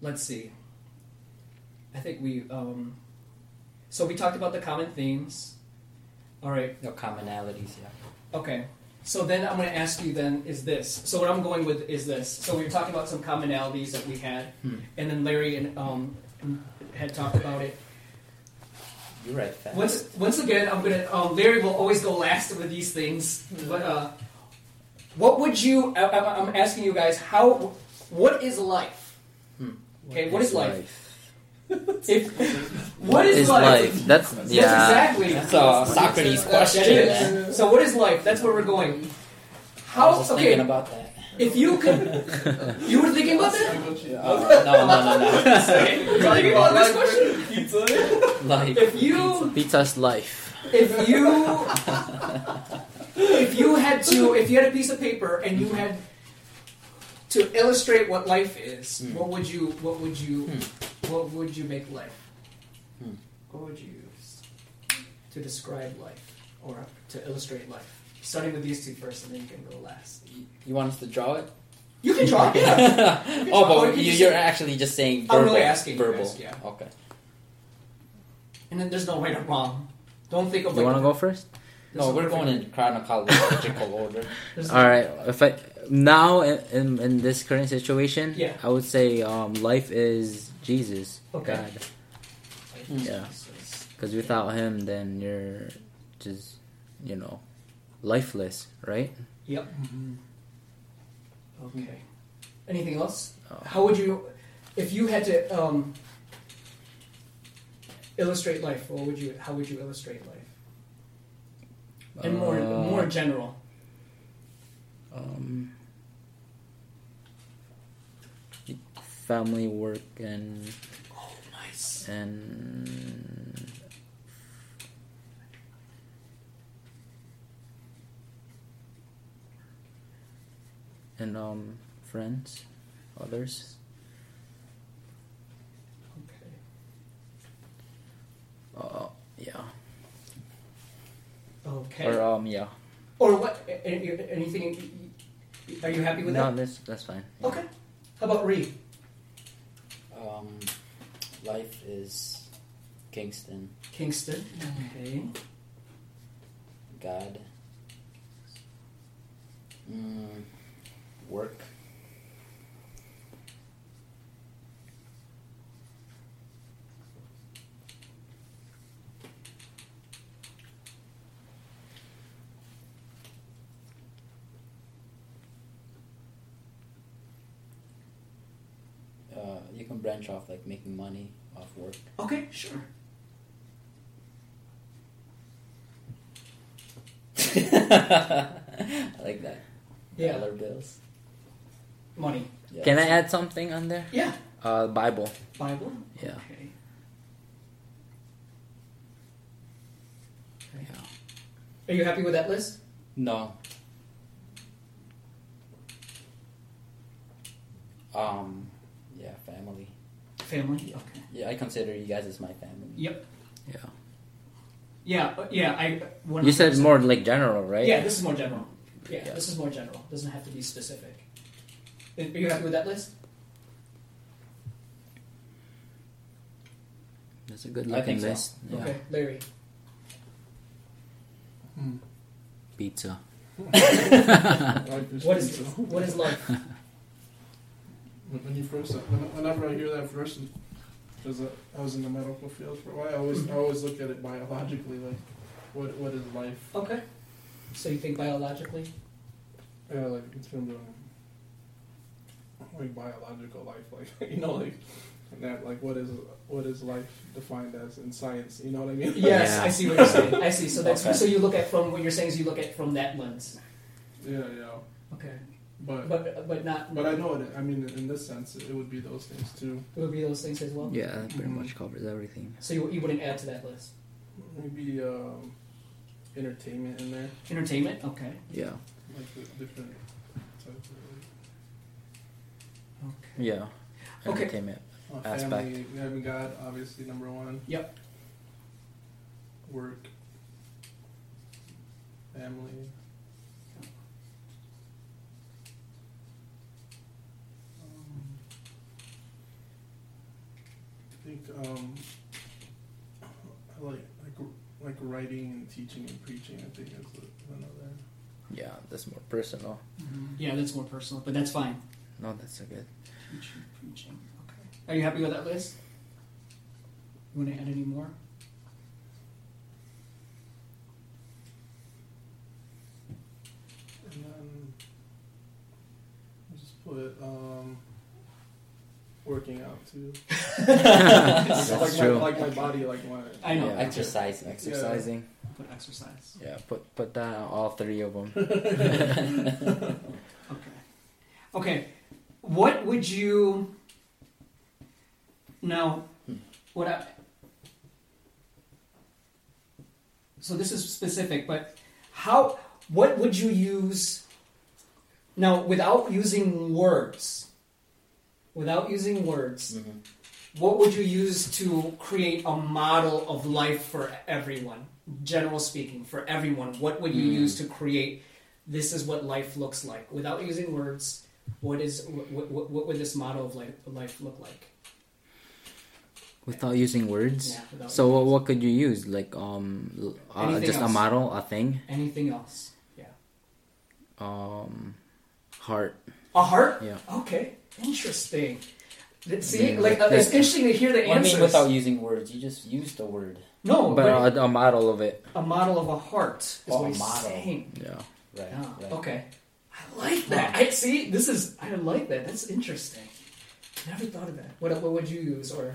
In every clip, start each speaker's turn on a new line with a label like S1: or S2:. S1: let's see. I think we um, so we talked about the common themes. All right.
S2: No commonalities, yeah.
S1: Okay. So then I'm going to ask you then is this. So what I'm going with is this. So we were talking about some commonalities that we had,
S2: Hmm.
S1: and then Larry and um, had talked about it.
S2: You write fast.
S1: Once once again, I'm gonna um, Larry will always go last with these things. But uh, what would you? I, I, I'm asking you guys how. What is life? Okay, Hmm. what is life? If what is,
S3: Is life. That's
S1: Yes,
S3: yeah.
S1: exactly.
S2: That's a Socrates question.
S1: That
S2: man.
S1: is. So what is life? That's where we're going.
S2: I was
S1: How?
S2: just
S1: Okay,
S2: thinking about that.
S1: if you could, you were thinking about that.
S2: Uh, no, no, no,
S1: Talking about this question.
S2: no. Like,
S1: If you,
S3: Pizza's life.
S1: if you, if you had to, if you had a piece of paper and you had to illustrate what life is,
S2: Hmm.
S1: what would you, what would you, what would you make life?
S2: Hmm.
S1: What would you use to describe life or to illustrate life? Starting with these two first, and then you can go last.
S2: you want us to draw it?
S1: You can draw, yeah. can
S2: oh,
S1: draw, or you
S2: but
S1: can
S2: you,
S1: just
S2: you're
S1: say-
S2: actually just saying verbal.
S1: I'm really asking you
S2: verbal.
S1: guys, yeah.
S2: Okay.
S1: And then there's no right or wrong. Don't think of
S3: You
S1: like.
S3: want to go first?
S2: No, we're going in chronological order.
S1: There's no-
S3: All right. If I now in, in, in this current situation,
S1: Yeah.
S3: I would say um, life is Jesus,
S1: Okay.
S3: God.
S2: Mm.
S3: Yeah. Because without Him, then you're just you know lifeless, right?
S1: Yep. Okay. Anything else?
S3: Oh.
S1: How would you, if you had to um, illustrate life? What would you? How would you illustrate life? And more,
S3: Uh,
S1: more general.
S3: um, family, work, and
S1: Oh, nice.
S3: and and um friends others
S1: Okay.
S3: uh yeah
S1: Okay.
S3: or
S1: Or, uh,
S3: um yeah
S1: what? a- a- Anything? Are you happy with
S3: no
S1: that?
S3: that's that's fine yeah.
S1: Okay. How about Reed?
S2: Um, life is Kingston.
S1: Kingston. Okay.
S2: God. Mm, work. Uh, you can branch off like making money off work.
S1: Okay. Sure.
S2: I like that.
S1: Yeah.
S2: Dollar bills.
S1: Money.
S2: Yeah.
S3: can i add something on there
S1: Yeah.
S3: uh bible
S1: Bible.
S3: Yeah.
S1: Okay. Okay. Are you happy with that list?
S2: No. Um, yeah, family.
S1: Family. Okay.
S2: Yeah, I consider you guys as my family.
S1: Yep.
S3: yeah
S1: Yeah. uh, Yeah. I. One
S3: you said more like general right
S1: Yeah. This is more general. Yeah.
S3: Yeah.
S1: This is more general. Doesn't have to be specific. Are you happy with that list?
S3: that's a good
S2: I think
S3: looking
S2: so.
S3: list yeah
S1: Okay, Larry.
S3: pizza
S1: What is what is life?
S4: When when you first, when, whenever I hear that first, because I was in the medical field for a while, I always, I always look at it biologically, like, what, what is life?
S1: Okay. So you think biologically?
S4: Yeah, like in terms of like biological life, like you know, like that, like what is what is life defined as in science? You know what I mean?
S1: Yes,
S3: Yeah.
S1: I see what you're saying. I see. So that's
S2: Okay.
S1: so you look at from what you're saying is you look at from that lens.
S4: yeah, yeah.
S1: Okay.
S4: But but,
S1: But but not.
S4: I know it. I mean, in this sense, it would be those things too.
S1: It would be those things as well.
S3: yeah that pretty
S4: Mhm.
S3: much covers everything
S1: So you, you wouldn't add to that list.
S4: Maybe um, entertainment in there,
S1: Entertainment. Okay.
S3: yeah
S4: like the different types of
S1: Okay.
S3: yeah
S1: Okay.
S3: entertainment
S4: like, uh,
S3: Aspect.
S4: family, having God, obviously number one.
S1: Yep.
S4: Work. Family. Um, think um, I like like like writing and teaching and preaching. I think is another.
S3: Yeah, that's more personal.
S1: Yeah, that's more personal, but that's fine.
S3: No, that's a good.
S1: Preaching, preaching. Okay. Are you happy with that list? You want to add any more?
S4: And then I just put um, working out too.
S3: That's
S4: like
S3: true.
S4: My, like my body, like my.
S1: I know.
S3: Yeah.
S2: Exercise.
S3: Exercising.
S1: Put exercise.
S3: Yeah, put put that on all three of them.
S1: Okay. Okay. What would you now? What I so this is specific, but how? What would you use now without using words? Without using words,
S2: Mhm.
S1: what would you use to create a model of life for everyone? General speaking, for everyone, what would you
S2: Hmm.
S1: use to create this is what life looks like without using words what is what, what, what would this model of life, life look like
S3: Without using words.
S1: yeah, without
S3: So what,
S1: words.
S3: what could you use? Like um, l- uh,
S1: Anything
S3: just a
S1: else.
S3: model, a thing.
S1: anything else yeah
S3: Um, heart.
S1: a heart
S3: Yeah.
S1: okay interesting Th- see
S3: Yeah,
S1: like
S3: like
S1: uh, it's
S3: that.
S1: interesting to hear the
S2: Well, I
S1: answers Oh,
S2: mean, without using words, you just use the word,
S1: no
S3: But uh,
S1: but
S3: a, a model of it.
S1: a model of a heart is
S2: Oh,
S1: what
S2: a
S1: he's
S2: model.
S1: saying
S3: Yeah.
S2: right?
S1: Ah,
S2: right.
S1: okay i like that i see this is i like that that's interesting never thought of that what, what would you use or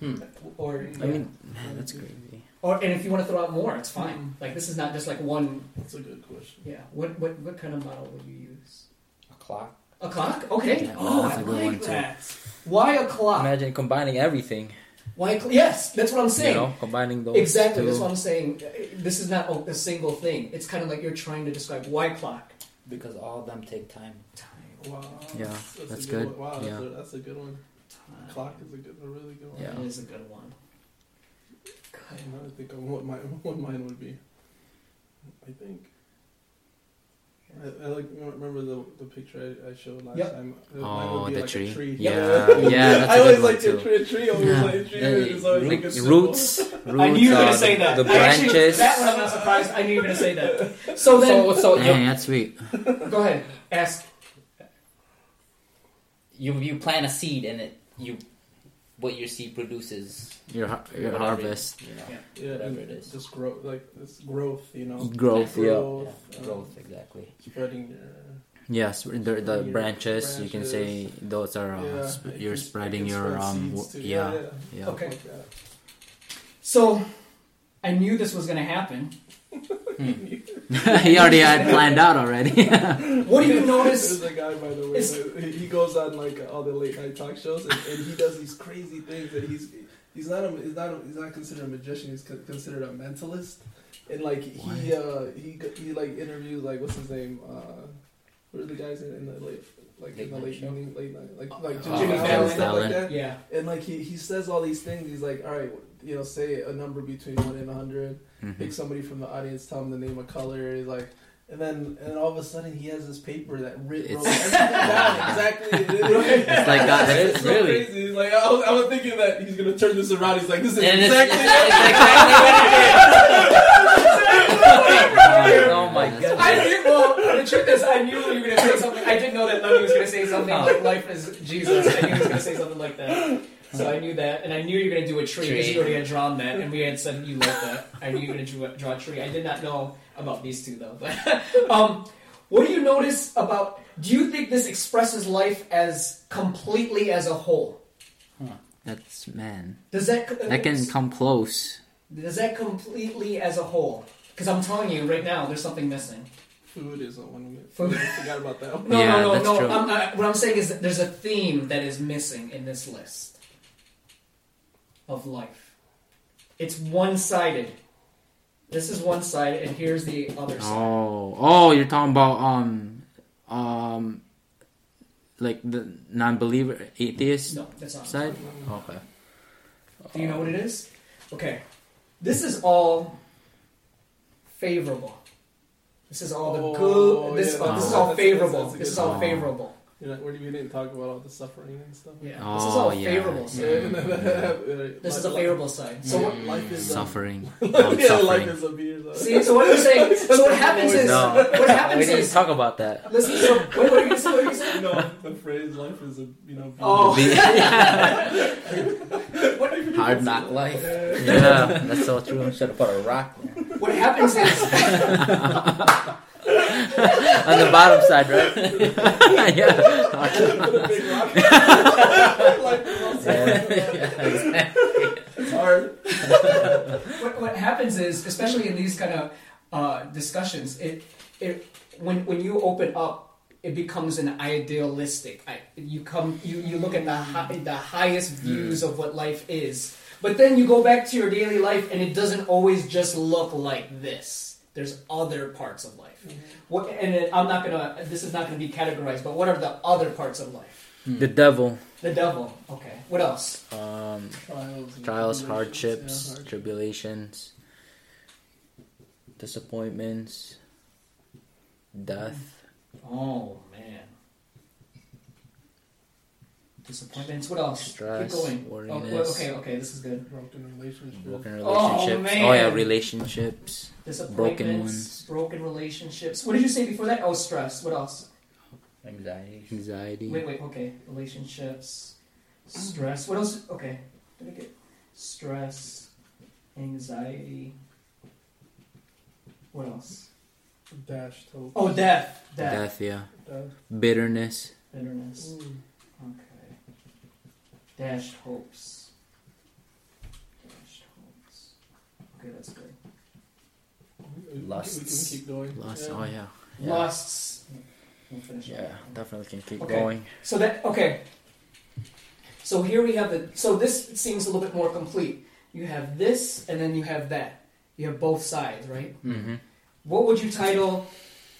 S3: Hmm.
S1: or
S3: I
S1: Oh, yeah.
S3: mean, man, that's crazy.
S1: Or and if you want to throw out more, it's fine.
S2: Hmm.
S1: Like this is not just like one.
S4: That's a good question.
S1: Yeah. What what what kind of model would you use?
S2: A clock.
S1: A clock? Okay.
S3: Yeah,
S1: oh,
S3: that's
S1: I
S3: a good
S1: like
S3: one, too.
S1: that. Why a clock?
S3: Imagine combining everything.
S1: Why? A cl- yes, that's what I'm
S3: You
S1: saying.
S3: know, combining those.
S1: exactly.
S3: two.
S1: That's what I'm saying. This is not a, a single thing. It's kind of like you're trying to describe why clock.
S2: Because all of them take time.
S1: Time.
S4: Wow.
S3: Yeah,
S4: a
S3: that's good.
S4: One. Wow,
S3: Yeah.
S4: that's, a, that's a good one.
S1: Time.
S4: Clock is a good, a really good one.
S3: Yeah.
S1: That is a good one.
S4: I
S1: Good.
S4: don't think of what my what mine would be. I think. I, I like remember the the picture I, I showed last
S1: Yep.
S4: time. Uh, mine
S3: Oh,
S4: would be
S3: the
S4: like a
S3: tree.
S4: tree.
S3: Yeah, yeah. That's a good
S4: I
S3: one
S4: always liked
S3: too.
S4: a tree. A tree always
S3: Yeah.
S4: like a tree.
S3: Yeah,
S4: It's always like a
S3: roots,
S4: symbol.
S3: roots.
S1: I knew you were
S3: uh,
S1: gonna say that.
S3: The
S1: I actually-
S3: branches.
S1: that one I'm not surprised. I knew you were gonna say that. So then,
S2: so, so
S3: Dang,
S2: you,
S3: that's sweet.
S1: go ahead. Ask.
S2: you you plant a seed and it you what your seed produces,
S3: Your har- your
S2: Whatever.
S3: harvest,
S2: you know,
S1: Yeah.
S4: Yeah, and
S2: Whatever it is.
S4: Just growth, like it's growth, you know.
S3: growth. Yeah.
S4: Growth,
S2: yeah,
S4: um,
S2: growth exactly.
S4: spreading uh, your.
S3: Yes, the, the branches,
S4: Your
S3: You can say those are uh,
S4: yeah,
S3: sp-
S4: it
S3: you're
S4: can-
S3: spreading
S4: it can
S3: your
S4: spread
S3: um.
S4: seeds
S3: W-
S4: too.
S3: yeah, yeah.
S1: Okay.
S4: Like that.
S1: So, I knew this was gonna happen.
S3: he already had planned out already.
S1: What do you notice?
S4: There's a guy, by the way,
S1: It's-
S4: that- he goes on like all the late night talk shows, and, and he does these crazy things. That he's he's not a, he's not a, he's not considered a magician. He's con- considered a mentalist, and like he uh, he go- he like interviews like what's his name? Uh, what are the guys in, in the late like
S2: Late
S4: in the
S2: night
S4: late
S2: show?
S4: evening late night like like
S1: Oh,
S3: Uh,
S4: Jimmy
S1: Jimmy
S4: Fallon and stuff
S3: Fallon.
S4: like that?
S1: Yeah.
S4: And like he he says all these things. He's like, all right, you know, say a number between one and a hundred pick
S3: Mhm.
S4: somebody from the audience, tell them the name of color, he's like, and then and all of a sudden he has this paper that writ
S3: It's-
S4: wrote everything down exactly.
S3: It's like God, it's
S4: so
S3: really.
S4: crazy. He's like, I was, I was thinking that he's gonna turn this around. He's like, this is
S2: And it's-
S4: exactly.
S2: it's exactly
S3: oh my
S2: That's
S3: god.
S1: I knew, well, the truth is, I knew you were going to say something. I didn't know that Lemmy was going to say something
S3: Oh.
S1: like life is Jesus. I knew he was going to say something like that. So I knew that, and I knew you were going to do a tree because
S2: Tree.
S1: you already had drawn that, and we had said you like that. I knew you were going to draw, draw a tree. I did not know about these two though. But um, what do you notice about? Do you think this expresses life as completely as a whole?
S3: That's man.
S1: Does that
S3: That can come close.
S1: Does that completely as a whole? Because I'm telling you right now, there's something missing.
S4: Food is the one. We,
S1: Food.
S4: I forgot about that one.
S1: No,
S3: Yeah,
S1: no, no,
S3: that's
S1: no.
S3: true.
S1: I'm, I, what I'm saying is that there's a theme that is missing in this list of life. It's one-sided. This is one side, and here's the other side.
S3: Oh, oh, you're talking about um, um, like the non-believer, atheist
S1: No, that's not.
S3: side. Okay.
S1: Do you know what it is? Okay, this is all favorable. This is all the
S4: Oh,
S1: good. This,
S4: yeah,
S1: uh, this
S4: that's-
S1: is all
S4: Oh, that's- that's-
S1: favorable.
S4: that's a
S1: This
S4: good
S1: is all
S3: one.
S1: favorable.
S4: You know, what do you mean? Didn't talk about all the suffering and stuff.
S1: Yeah.
S3: Oh,
S1: this is all
S3: yeah.
S1: favorable.
S4: So,
S1: Side.
S3: Mm-hmm.
S1: This
S4: this
S1: is the favorable side. So
S4: Yeah.
S1: what,
S4: life is, um,
S3: suffering. I'm
S4: yeah, life
S3: suffering.
S4: is a beer. so-
S1: see, so what are you saying? So what happens is
S3: No.
S1: what
S3: we
S1: happens
S3: didn't
S1: is
S3: talk about that.
S1: listen. So wait, what are you saying? What are you saying?
S4: You know, the phrase "life is a you know." Beer.
S1: Oh.
S2: Hard knock life.
S3: Yeah, that's so true.
S2: Should have put a rock there.
S1: What happens is
S3: On the bottom side, right? yeah.
S4: Put a big rock. Life is also- It's hard.
S1: what, what happens is, especially in these kind of uh, discussions, it it when when you open up, it becomes an idealistic. I, you come, you, you look at the high, the highest views of what life is, but then you go back to your daily life, and it doesn't always just look like this. There's other parts of life. What, and then I'm not gonna. This is not gonna be categorized. But what are the other parts of life?
S3: The devil.
S1: The devil. Okay. What else?
S3: Um,
S4: Trials, and
S3: trials,
S4: tribulations,
S3: hardships,
S4: yeah, hard-
S3: tribulations, disappointments, death.
S1: Oh man. Disappointments. What else?
S3: Stress,
S1: Keep going. Oh,
S3: worriness.
S1: well, okay, okay, this is good.
S4: Broken relationships.
S3: Broken
S1: Oh,
S3: relationships.
S1: man.
S3: oh yeah, relationships.
S1: Disappointments, broken,
S3: ones.
S1: relationships. What did you say before that? Oh, stress. What else?
S2: Anxiety.
S3: Anxiety.
S1: Wait, wait. Okay, relationships, stress. What else? Okay, did I get stress, anxiety? What else?
S4: Dash till
S1: Oh, death, death,
S3: Death, yeah.
S4: death.
S3: Bitterness.
S1: bitterness.
S4: Mm.
S1: Okay. Dashed hopes. Dashed hopes. Okay, that's good.
S4: We- we- We can
S2: Lusts.
S4: keep going.
S3: Loss.
S4: Yeah.
S3: Oh yeah. Yeah.
S1: Lusts. We'll finish up.
S3: Yeah, definitely can keep
S1: Okay.
S3: going.
S1: So that okay. So here we have the. So this seems a little bit more complete. You have this, and then you have that. You have both sides, right?
S3: Mm-hmm.
S1: What would you title?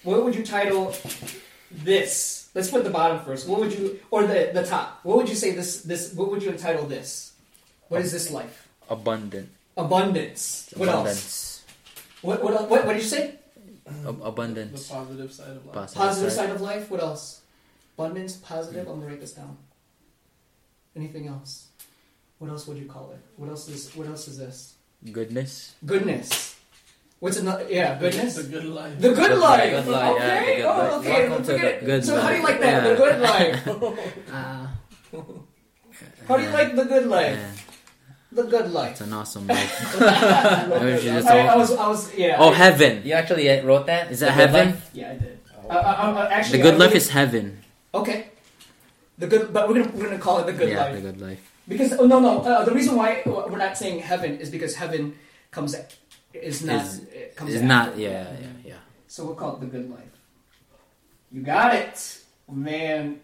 S1: What would you title this? Let's put the bottom first. What would you or the the top? What would you say this this? What would you entitle this? What is this life?
S3: Abundant.
S1: Abundance. What else?
S3: Abundance.
S1: What what what, what did you say?
S3: Ab-
S4: The
S3: abundance.
S4: positive side of life.
S3: Positive
S1: Positive
S3: side.
S1: side of life. What else? Abundance. Positive. I'm gonna write this down. Anything else? What else would you call it? What else is What else is this?
S3: Goodness.
S1: Goodness. What's another? Yeah,
S4: The
S1: goodness.
S4: good life.
S1: The good
S3: Good
S1: life.
S3: life, good life, yeah,
S1: Okay.
S3: the good
S1: oh,
S3: life.
S1: okay.
S2: Welcome to
S1: Look at
S2: the
S1: it.
S3: good
S1: so how do you
S3: life,
S1: like that?
S3: yeah.
S1: The good life.
S3: Ah.
S1: How do you like the good life?
S3: Yeah,
S1: The good life.
S3: it's an awesome life.
S4: I
S3: wish you
S1: I,
S3: It's
S1: I
S3: awful.
S1: was. I was. Yeah.
S3: Oh, heaven.
S2: You actually wrote that?
S3: Is that
S2: The good
S3: heaven?
S2: life?
S1: Yeah, I did.
S2: Oh.
S1: Uh, uh, uh,
S3: The
S1: actually, I
S3: good life
S1: really-
S3: is heaven.
S1: okay. The good, but we're gonna we're gonna call it the good
S3: yeah,
S1: life.
S3: the good life.
S1: Because oh, no, no. Uh, the reason why we're not saying heaven is because heaven comes is not
S3: Is-
S1: it comes
S3: It's
S1: after.
S3: not. Yeah, yeah, yeah.
S1: So we'll call it the good life. You got it, man.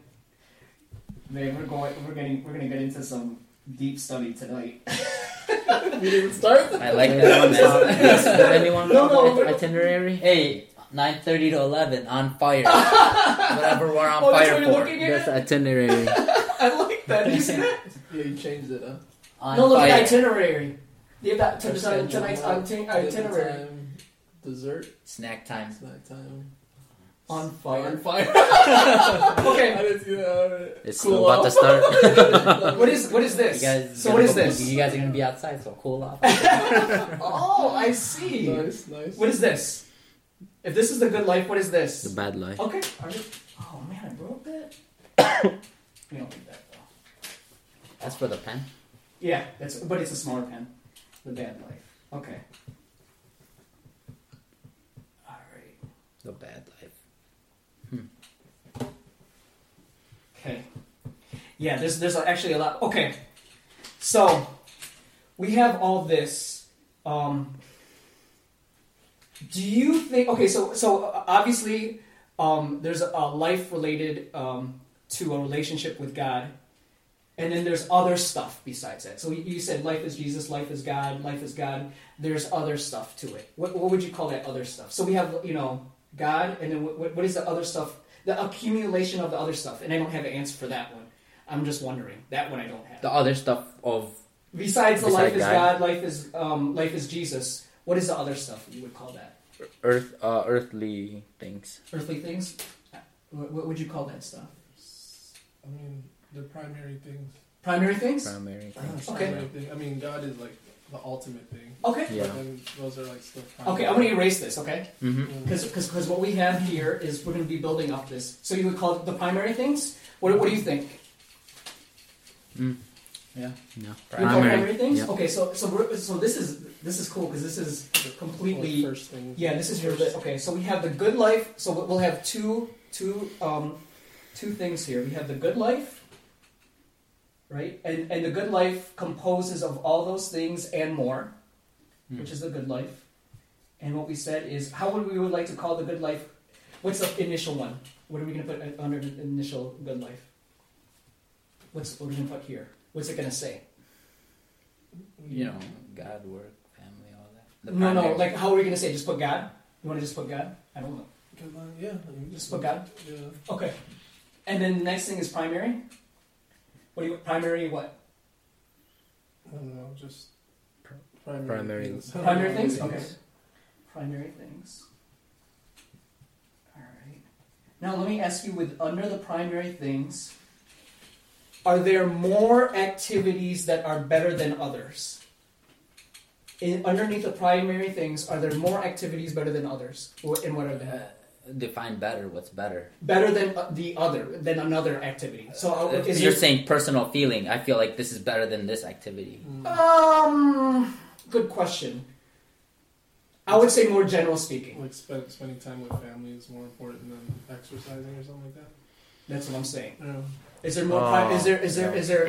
S1: Man, we're going. We're getting. We're gonna get into some deep study tonight.
S4: we didn't start.
S2: I like that one.
S3: Does anyone
S1: No, no,
S3: have
S1: we're-
S3: itinerary?
S2: hey, 9.30 to 11, on fire. Whatever we're on
S1: Oh, that's
S2: fire
S1: what you're
S2: for.
S1: looking
S3: That's itinerary.
S1: I like that. Did you see that?
S4: Yeah, you changed it, huh?
S2: On
S1: no, look
S2: fire.
S1: at itinerary. They have that
S4: Our
S1: tonight,
S4: schedule,
S1: tonight's
S4: uh,
S1: iti-
S4: dinner
S1: itinerary
S4: time, Dessert.
S2: Snack time.
S4: Snack time.
S1: on
S4: On
S1: fire.
S4: fire. I
S1: Okay,
S4: didn't see that. alright.
S3: It's
S1: Cool
S3: about to start.
S1: what is what is
S2: You
S1: this?
S2: guys
S1: So
S2: gotta
S1: what is
S2: go-
S1: this?
S2: You guys are gonna be outside, so cool off.
S1: Oh, I see.
S4: Nice, nice.
S1: What is this? If this is the good life, what is this?
S3: the bad life.
S1: Okay. Are you- oh man, I broke that. we don't need that though.
S2: That's for the pen.
S1: Yeah, that's but it's a smaller pen. The bad life. Okay. All right.
S2: The bad life.
S1: Okay. Yeah, there's there's actually a lot. Okay. So we have all this. Um, do you think? Okay, so so uh, obviously um, there's a life related um, to a relationship with God, and then there's other stuff besides that. So you- you said life is Jesus, life is God, life is God. There's other stuff to it. What, what would you call that other stuff? So we have you know God, and then what, what- what is the other stuff? The accumulation of the other stuff, and I don't have an answer for that one. I'm just wondering. That one I don't have
S2: The other stuff of
S1: besides the
S3: Beside
S1: life is
S3: God.
S1: God, life is um, life is Jesus. What is the other stuff you would call that?
S3: Earth, uh, earthly things.
S1: Earthly things. What, what would you call that stuff?
S4: the primary things.
S1: Primary things.
S3: primary
S4: That's
S3: things.
S4: the
S1: Okay.
S4: primary thing. I mean, God is like the ultimate thing.
S1: Okay.
S3: Yeah.
S4: But then those are like still.
S1: Okay, I'm gonna erase this. Okay,
S3: hmm
S4: Because
S1: because what we have here is we're gonna be building up this. So you would call it the primary things. What, what do you think?
S2: Yeah.
S1: You
S3: No.
S1: call
S3: Primary,
S1: primary things.
S3: yeah.
S1: Okay, so so we're, so this is this is cool because this is completely
S4: first thing.
S1: Yeah, this is your li- okay. So we have the good life. So we- we'll have two, two, um, two things here. We have the good life, right? And and the good life composes of all those things and more,
S2: Hmm.
S1: which is the good life. And what we said is, how would we would like to call the good life? What's the initial one? What are we going to put under the initial good life? What's what are we going to put here? What's it going to say?
S2: You know, God, work, family, all that.
S1: no, no.
S2: primary-
S1: Like, how are we going to say? Just put God. You want to just put God? I don't know.
S4: Good line, uh, Yeah. I mean,
S1: Just put God.
S4: Yeah.
S1: Okay. And then the next thing is primary. What do you primary what?
S4: I don't know. Just
S3: Pri-
S4: primary.
S3: primary-
S4: things.
S1: Primary things? Okay. Primary things. Alright. Now let me ask you with under the primary things, are there more activities that are better than others? In, underneath the primary things, are there more activities better than others? Wh- And what are they?
S2: Uh, define better what's better.
S1: Better than uh, the other, than another activity. So uh,
S2: If
S1: is
S2: you're
S1: there-
S2: saying personal feeling. I feel like this is better than this activity.
S1: Mm. Um, good question. I would say more general speaking.
S4: Like spend, spending time with family is more important than exercising or something like that.
S1: That's what I'm saying.
S4: I don't know.
S1: Is there more? pri-
S3: Oh,
S1: is there? Is there?
S3: no.
S1: Is there?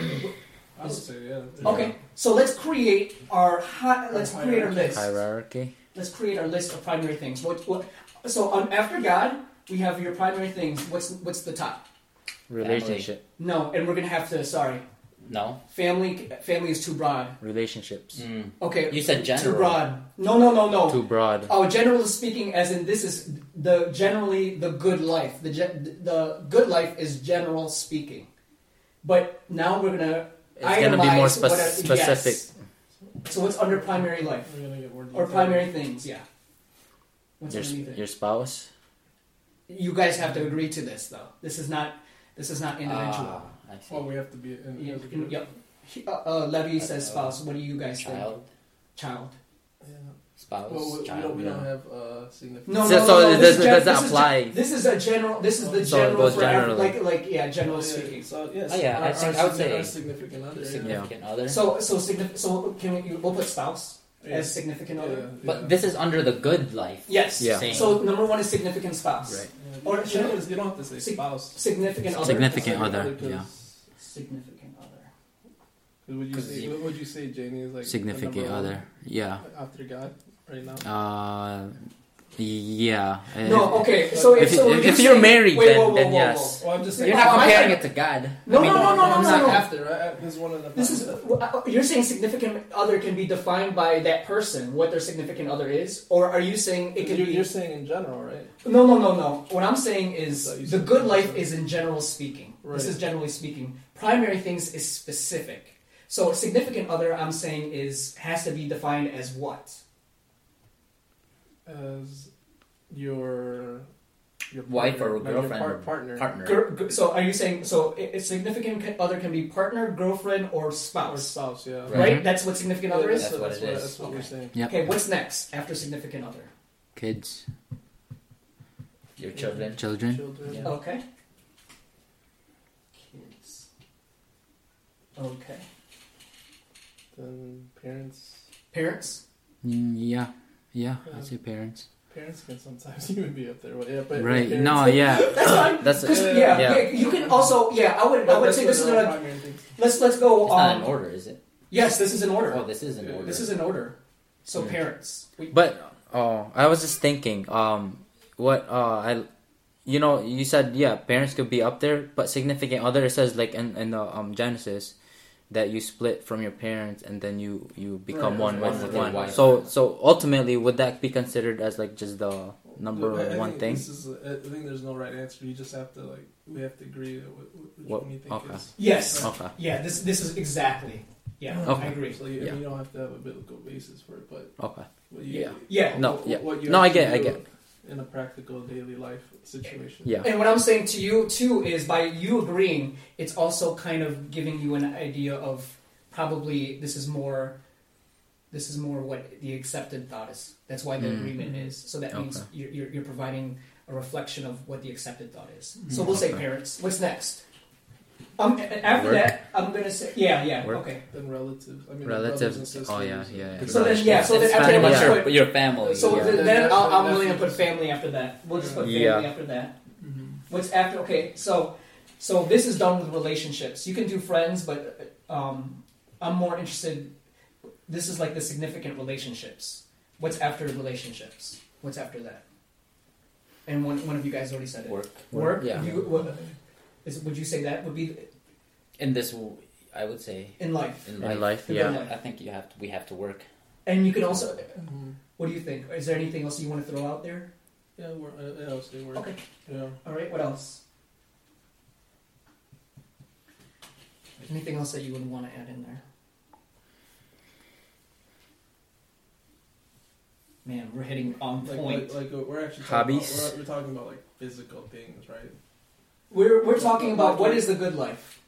S4: I would say Oh, yeah.
S1: Okay. So let's create our hi- let's create our list.
S3: Hierarchy.
S1: Let's create our list of primary things. What? What? So um, after God, we have your primary things. What's What's the top?
S3: Relationship.
S1: No, and we're gonna have to. Sorry,
S2: No. Mm.
S1: family. Family is too broad.
S3: Relationships.
S1: Okay.
S2: You said
S1: Too
S2: general.
S1: broad. No, no, no, no.
S3: Too broad.
S1: Oh, generally speaking, as in this is the generally the good life. The gen- the good life is general speaking, but now we're gonna.
S3: It's gonna be more
S1: itemize what
S3: spec-
S1: are- yes.
S3: specific.
S1: So what's under primary life
S4: We're gonna get more
S1: or
S4: detailed.
S1: primary things? Yeah. What's
S3: Your,
S1: underneath it?
S3: your spouse.
S1: You guys have to agree to this, though. This is not. This is not individual.
S2: Ah, I see.
S4: Well, we have to be in.
S1: You- you- yep. He- Uh, uh, Levy says
S2: Uh,
S1: spouse. What do you guys think?
S2: Child,
S1: Child.
S4: Yeah.
S2: spouse,
S4: Well, we, we
S2: child.
S4: don't, we don't
S3: yeah.
S4: have uh, significant.
S1: No,
S3: So-
S1: no,
S3: so
S1: no, no.
S3: it
S1: this is
S3: doesn't-
S1: gen-
S3: doesn't
S1: this is
S3: apply.
S1: gen- this is a general. This is the
S3: So it
S1: general
S3: goes
S1: for every,
S3: generally.
S1: like like yeah, general speaking.
S4: So uh, yes.
S2: Oh, yeah, I
S4: our-
S2: think-
S4: our
S2: I would
S4: signi-
S2: say-
S4: our significant other. yeah.
S2: Significant other.
S1: So, so signif- so can we? We'll put spouse
S4: Yeah.
S1: as significant other.
S2: but this is under the good life.
S1: Yes.
S3: Yeah.
S2: Same.
S1: So number one is significant spouse.
S3: Right.
S4: Or you don't, you don't have to say
S1: Sig-
S4: spouse.
S1: Significant other.
S3: Significant other,
S4: Because-
S3: yeah.
S1: Significant other.
S4: Would you
S2: 'Cause
S4: say?
S2: you-
S4: What would you say, Janie? Is like the
S3: Significant
S4: number one
S3: other. Yeah.
S4: after God right now.
S3: Uh, yeah.
S1: No. Okay. So if,
S3: If-
S1: so
S3: if-
S1: you're
S3: if you're
S1: saying-
S3: married,
S1: wait,
S3: then-
S1: whoa, whoa,
S3: then
S1: whoa,
S3: yes.
S4: Well, I'm just saying.
S2: You're not
S1: Oh, I-
S2: comparing it to God.
S1: No,
S2: I mean,
S1: no, no, no, no,
S4: I'm
S1: no,
S4: not
S1: no.
S4: after. I, I, this is one of the.
S1: whoa. This is uh, you're saying significant other can be defined by that person, what their significant other is, or are you saying it can
S4: you're,
S1: be?
S4: you're saying in general, right?
S1: No, no, no, no. What I'm saying is
S4: So you
S1: the
S4: said-
S1: good life is in general speaking.
S4: Right.
S1: This is generally speaking. Primary things is specific. So significant other, I'm saying, is has to be defined as what?
S4: As your your
S2: Wife
S4: partner,
S2: or
S4: like your
S2: girlfriend.
S4: par- partner.
S2: Partner.
S1: Gir- gir- so are you saying so? i- i- Significant c- other can be partner, girlfriend, or
S4: or
S1: spouse,
S4: spouse, yeah.
S1: right?
S3: Mhm.
S1: That's what significant
S4: Yeah,
S1: other is.
S2: That's
S4: so
S2: what
S4: that's
S2: it
S4: what,
S2: is.
S4: that's what we're
S1: Okay.
S4: saying.
S3: Yep.
S1: Okay, what's next after significant other?
S3: Kids,
S2: Your children.
S3: children.
S4: Children.
S2: Yeah.
S1: Okay. Kids. Okay.
S4: Then parents.
S1: Parents.
S3: Mm, yeah. Yeah. I'd say parents.
S4: Parents can sometimes even be up there, but yeah. But
S3: Right.
S4: Parents,
S3: No. Yeah.
S1: That's fine.
S3: That's.
S1: Because
S4: Yeah,
S1: yeah,
S3: yeah.
S1: yeah, you can also yeah. I would I would
S4: that's
S1: say
S4: what
S1: this is
S4: our
S1: a
S4: primary things.
S1: let's let's go.
S2: It's not in
S1: Um,
S2: order, is it?
S1: yes, this is in order.
S2: Oh, this is in order.
S1: This is in order. So
S3: Mm.
S1: parents, we,
S3: But oh, I was just thinking. Um, what uh, I, you know, you said yeah, parents could be up there, but significant other it says like in in the um Genesis that you split from your parents and then you you become
S4: Right,
S3: one
S4: right,
S3: with
S4: right.
S3: one.
S2: Wife.
S3: So so ultimately, would that be considered as like just the number
S4: I- I
S3: one
S4: think
S3: thing?
S4: This is, I think there's no right answer. You just have to like we have to agree that what, what, which
S3: What-
S4: one you think
S3: okay.
S4: is. Oh.
S1: yes,
S3: Okay.
S1: yeah. This this is exactly yeah. I
S3: Okay.
S1: agree.
S4: So you,
S3: Yeah.
S4: you don't have to have a biblical basis for it, but
S3: Okay.
S4: what you,
S3: Yeah.
S1: Yeah.
S3: No,
S4: What,
S3: yeah.
S4: What you
S3: No, I
S4: actually
S3: get- I
S4: do-
S3: get.
S4: in a practical daily life situation.
S3: Yeah.
S1: And what I'm saying to you too is by you agreeing, it's also kind of giving you an idea of probably this is more this is more what the accepted thought is. That's why the
S3: Mm.
S1: agreement is. So that means
S3: Okay.
S1: you're, you're, you're providing a reflection of what the accepted thought is. So we'll say
S3: Mm. Okay.
S1: parents. What's next? Um, a- a- after
S3: Work.
S1: that, I'm gonna say yeah, yeah,
S3: Work.
S1: okay.
S4: Then relatives. I mean, brothers and
S3: Relatives.
S4: sisters.
S3: Oh yeah, yeah. yeah.
S1: So then, yeah, so
S2: it's
S1: then after
S2: family,
S1: that,
S3: yeah.
S1: let's
S2: your, your family.
S1: put, so
S2: yeah.
S1: then, then I'll, I'm
S4: Yeah.
S1: willing to put family after that. We'll just put family
S3: Yeah.
S1: after that.
S4: Mhm.
S1: What's after? Okay, so so this is done with relationships. You can do friends, but um, I'm more interested. This is like the significant relationships. What's after relationships? What's after that? And one one of you guys already said it.
S2: work.
S1: Work.
S3: Yeah.
S1: You, what, is, would you say that would be
S2: In this, w- I would say,
S1: in life?
S2: in life,
S3: In life,
S1: In
S3: yeah.
S1: life.
S2: I think you have to, we have to work.
S1: And you can also.
S4: Mhm.
S1: What do you think? Is there anything else you want to throw out there?
S4: Yeah, we're, uh, yeah, I'll say we're,
S1: Okay.
S4: yeah.
S1: All right. What else? Anything else that you would want to add in there? Man, we're hitting on
S4: Like,
S1: point.
S4: like, like uh, we're actually talking
S3: Hobbies?
S4: About, we're, we're talking about like physical things, right?
S1: We're we're talking about what is the good life.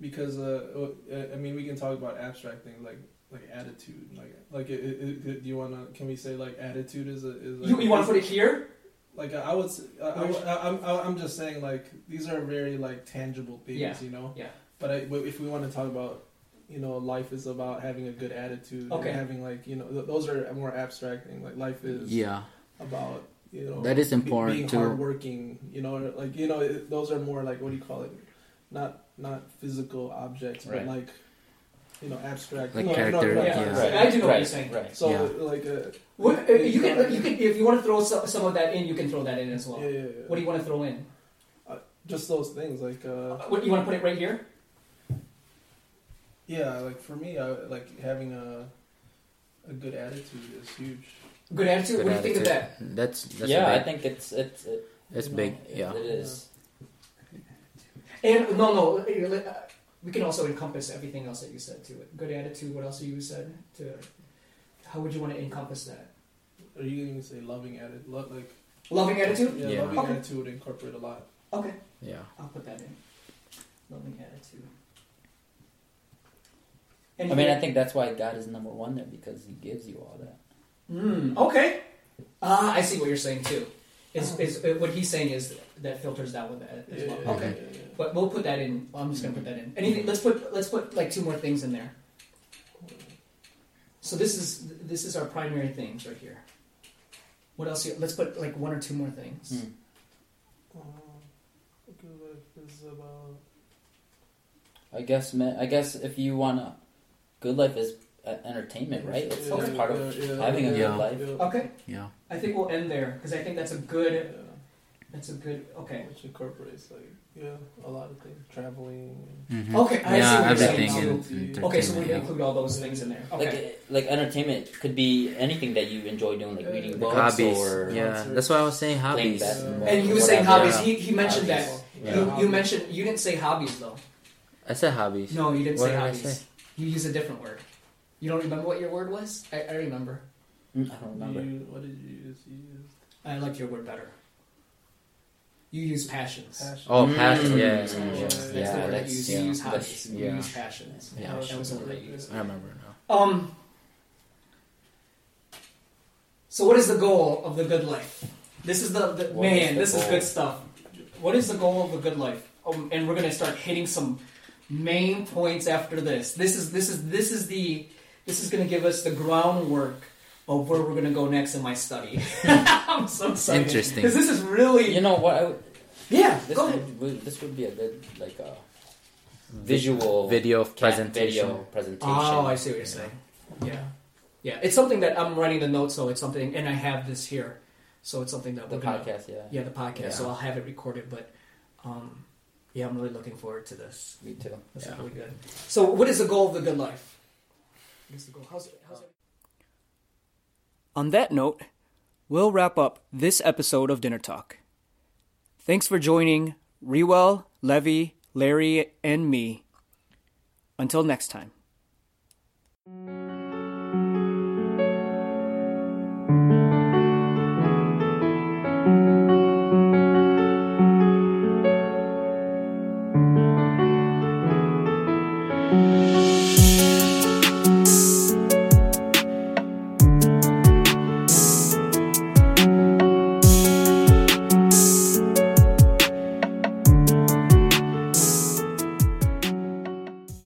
S4: Because uh, uh, I mean, we can talk about abstract things like like attitude, like like it, it, it, do you wanna? Can we say like attitude is a is like,
S1: You, you want to put it here?
S4: Like I would, s- I, I, would- I, I'm- I, am just saying like these are very like tangible things,
S1: Yeah,
S4: you know.
S1: yeah.
S4: But I, but if we want to talk about, you know, life is about having a good attitude.
S1: Okay.
S4: And having like you know, th- those are more abstract things. Like life is
S3: Yeah.
S4: about you know
S3: That is
S4: be-
S3: important
S4: being
S3: too.
S4: hardworking. You know, or, like you know, it, those are more like what do you call it? Not not physical objects,
S2: Right.
S4: but like you know, abstract.
S3: Like
S4: you know, you know,
S3: character,
S4: like-
S3: yeah.
S1: Right. I do know what you're saying.
S2: Right.
S4: So
S3: Yeah.
S4: like uh
S1: What, if you can you can if you want to throw some, some of that in, you can throw that in as well.
S4: yeah, yeah, yeah.
S1: What do you want to throw in?
S4: just those things like. Uh,
S1: What you want to put it right here?
S4: Yeah, like for me, I like having a a good attitude is huge.
S1: Good attitude.
S3: Good
S1: what do you think of
S3: attitude.
S1: that?
S3: That's that's
S2: yeah, I
S3: big.
S2: think it's it's it,
S3: It's
S4: you know,
S3: big.
S2: it-
S3: Yeah.
S2: It is.
S1: And no, no, uh, we can also encompass everything else that you said to it. Good attitude. What else you said to? How would you want to encompass that?
S4: Or you can even say loving attitude, lo- like
S1: Loving attitude.
S4: yeah,
S3: Yeah.
S4: loving
S1: Okay.
S4: attitude would incorporate a lot.
S1: Okay,
S3: Yeah.
S1: I'll put that in. Loving attitude.
S2: I mean, I think that's why God is number one there because He gives you all that.
S1: Mm, okay. Ah, I see what you're saying too. It's, it's, uh, what he's saying is that filters down with that as well.
S4: Yeah,
S1: okay,
S4: yeah, yeah, yeah.
S1: but we'll put that in. I'm just gonna put that in. Anything? Let's put let's put like two more things in there. So this is this is our primary things right here. What else? You, let's put like one or two more things.
S2: Hmm.
S4: Uh, a good life is about
S2: I guess. ma- I guess if you wanna, good life is uh, entertainment, right? It's,
S4: Yeah,
S2: it's part of
S4: yeah, yeah,
S2: having a
S4: yeah,
S2: good
S3: Yeah.
S2: life.
S4: yeah,
S1: Okay,
S3: Yeah.
S1: I think we'll end there because I think that's a good
S4: yeah,
S1: that's a good okay.
S4: which incorporates like yeah a lot of things, traveling.
S3: Mhm.
S1: Okay, I see
S3: yeah,
S1: what you're
S3: everything
S1: saying,
S3: in-
S4: too.
S3: entertainment,
S1: Okay, so we're gonna
S3: yeah.
S1: include all those things in there.
S2: Like
S1: Okay.
S2: uh, like entertainment could be anything that you enjoy doing, like
S4: Uh,
S2: reading
S4: Like
S2: books
S3: hobbies.
S2: or
S3: Yeah,
S4: concerts.
S3: that's why I was saying hobbies.
S2: basketball.
S1: and you were
S2: Whatever.
S1: saying hobbies.
S3: Yeah.
S1: He, he mentioned
S2: Hobbies.
S1: that.
S2: Yeah.
S1: You, you
S4: Hobbies.
S1: mentioned you didn't say hobbies though.
S3: I said hobbies.
S1: No, you didn't
S3: What
S1: say
S3: did I
S1: hobbies.
S3: say?
S1: You used a different word. You don't remember what your word was? I, I remember.
S2: Mm, I don't remember.
S4: You, what did you use? You used
S1: I liked your word better. You use passions.
S4: passion.
S3: Oh,
S2: Mm.
S3: passion. Yeah.
S2: Yeah,
S3: yeah, yeah.
S1: That's
S2: yeah,
S1: the word
S2: that's-
S1: I use.
S2: yeah.
S1: You use
S2: That's-
S1: hobbies.
S3: yeah.
S1: You use passions.
S3: Yeah.
S1: That was the word I used.
S3: I remember now.
S1: Um. So, what is the goal of the good life? This is the, the
S2: What is
S1: man.
S2: the
S1: this is
S2: goal?
S1: good stuff. What is the goal of the good life? Um, and we're gonna start hitting some main points after this. This is this is this is the this is gonna give us the groundwork of where we're gonna go next in my study. I'm so excited.
S3: Interesting.
S1: Because this is really
S2: You know what? I would,
S1: yeah.
S2: this,
S1: Go ahead.
S2: would, would- this would be a good like a visual
S3: Video
S2: cat
S3: presentation.
S2: Video presentation.
S1: Oh, I see what you're saying. Yeah. Yeah. It's something that I'm writing the notes, so it's something, and I have this here. So it's something that
S2: The
S1: we're gonna-
S2: podcast, yeah.
S1: Yeah, the podcast.
S3: Yeah.
S1: So I'll have it recorded, but um, yeah, I'm really looking forward to this.
S2: Me too.
S1: This
S3: Yeah.
S1: is really good. So, what is the goal of the good life? What is the goal? How's, how's it? On that note, we'll wrap up this episode of Dinner Talk. Thanks for joining Rewell, Levy, Larry, and me. Until next time.